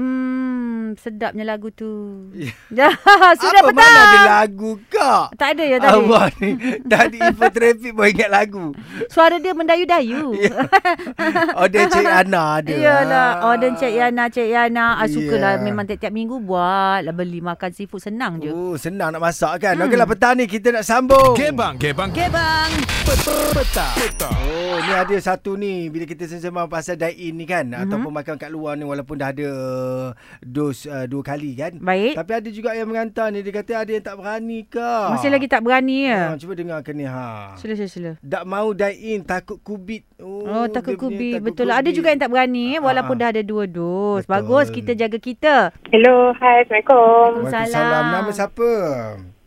Hmm, sedapnya lagu tu. Ya. Sudah Apa petang. mana ada lagu kak? Tak ada ya tadi. Awak ni Tadi info traffic Boleh ingat lagu Suara dia mendayu-dayu. Ya. Order Cik Ana ada Iyalah, Ya, order Cik Yana, Cik Yana. Ah, sukalah Ya. memang tiap-tiap minggu buat. Lah beli makan seafood senang je. Oh, senang nak masak kan hmm. Okeylah petang ni kita nak sambung Gebang, gebang, Okay bang. petang, petang. Oh, ni ada satu ni bila kita sembang pasal dine in ni Hmm. kan mm-hmm. ataupun makan kat luar ni walaupun dah ada dos uh, dua kali kan. Baik. Tapi ada juga yang mengantar ni dia kata ada yang tak berani ke. Masih lagi tak berani Ha, ya. cuba dengarkan ni ha. Sila sila sila. Tak mau dine in takut kubit. Oh, takut dia punya kubi. takut Betul lah. Ada kubit. juga yang tak berani eh, walaupun Ah. dah ada dua dos. Betul. Bagus kita jaga kita. Hello, hai, Assalamualaikum. Waalaikumsalam. Nama siapa?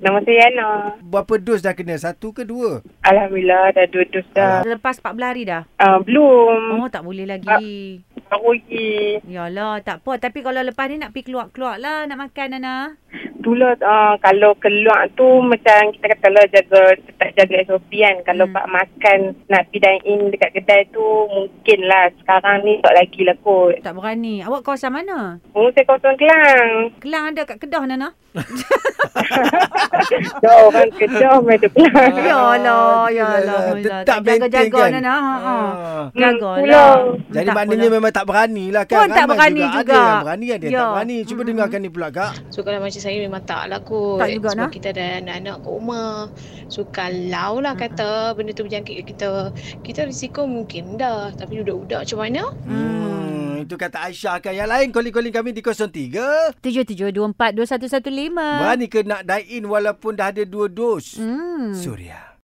Nama saya Yana. Berapa dos dah kena? Satu ke dua? Alhamdulillah, dah dua dus dah. Lepas 14 hari dah. Uh, belum, Oh, tak boleh lagi. baru pergi. Yalah, tak apa. Tapi kalau lepas ni nak pergi keluar-keluar lah nak makan, Nana. Dulu uh, kalau keluar tu macam kita kata lah jaga, tetap jaga SOP kan. Kalau Hmm. pak makan, nak pergi dine in dekat kedai tu mungkin lah. Sekarang ni tak lagi lah kot. Tak berani. Awak kawasan mana? Mungkin saya kawasan Kelang. Kelang ada kat Kedah, Nana. Dah orang Kedah main kan, tu Kelang. Oh. Yalah, Ah, yalah. Tetap maintain Jaga-jaga, kan? Nana. Ha, ha. Ah. Jaga Hmm, lah. pulau. Jadi Entah maknanya pula. memang tak berani lah kan. Pun tak Ramai berani juga. Ada yang berani, ada yang Ya. tak berani. Cuba Mm-mm. dengarkan ni pula Kak. So kalau macam saya memang tak lah kot. Tak juga, Sebab Nah. kita ada anak-anak kat rumah. So kalau lah Mm-mm. kata benda tu berjangkit kat kita, kita risiko mungkin dah. Tapi budak-budak macam mana? Mm. Hmm. Itu kata Aisyah kan. Yang lain calling-calling kami di 03. 7724 2115. Mm. Berani ke nak dine in walaupun dah ada dua dos? Hmm. Suria.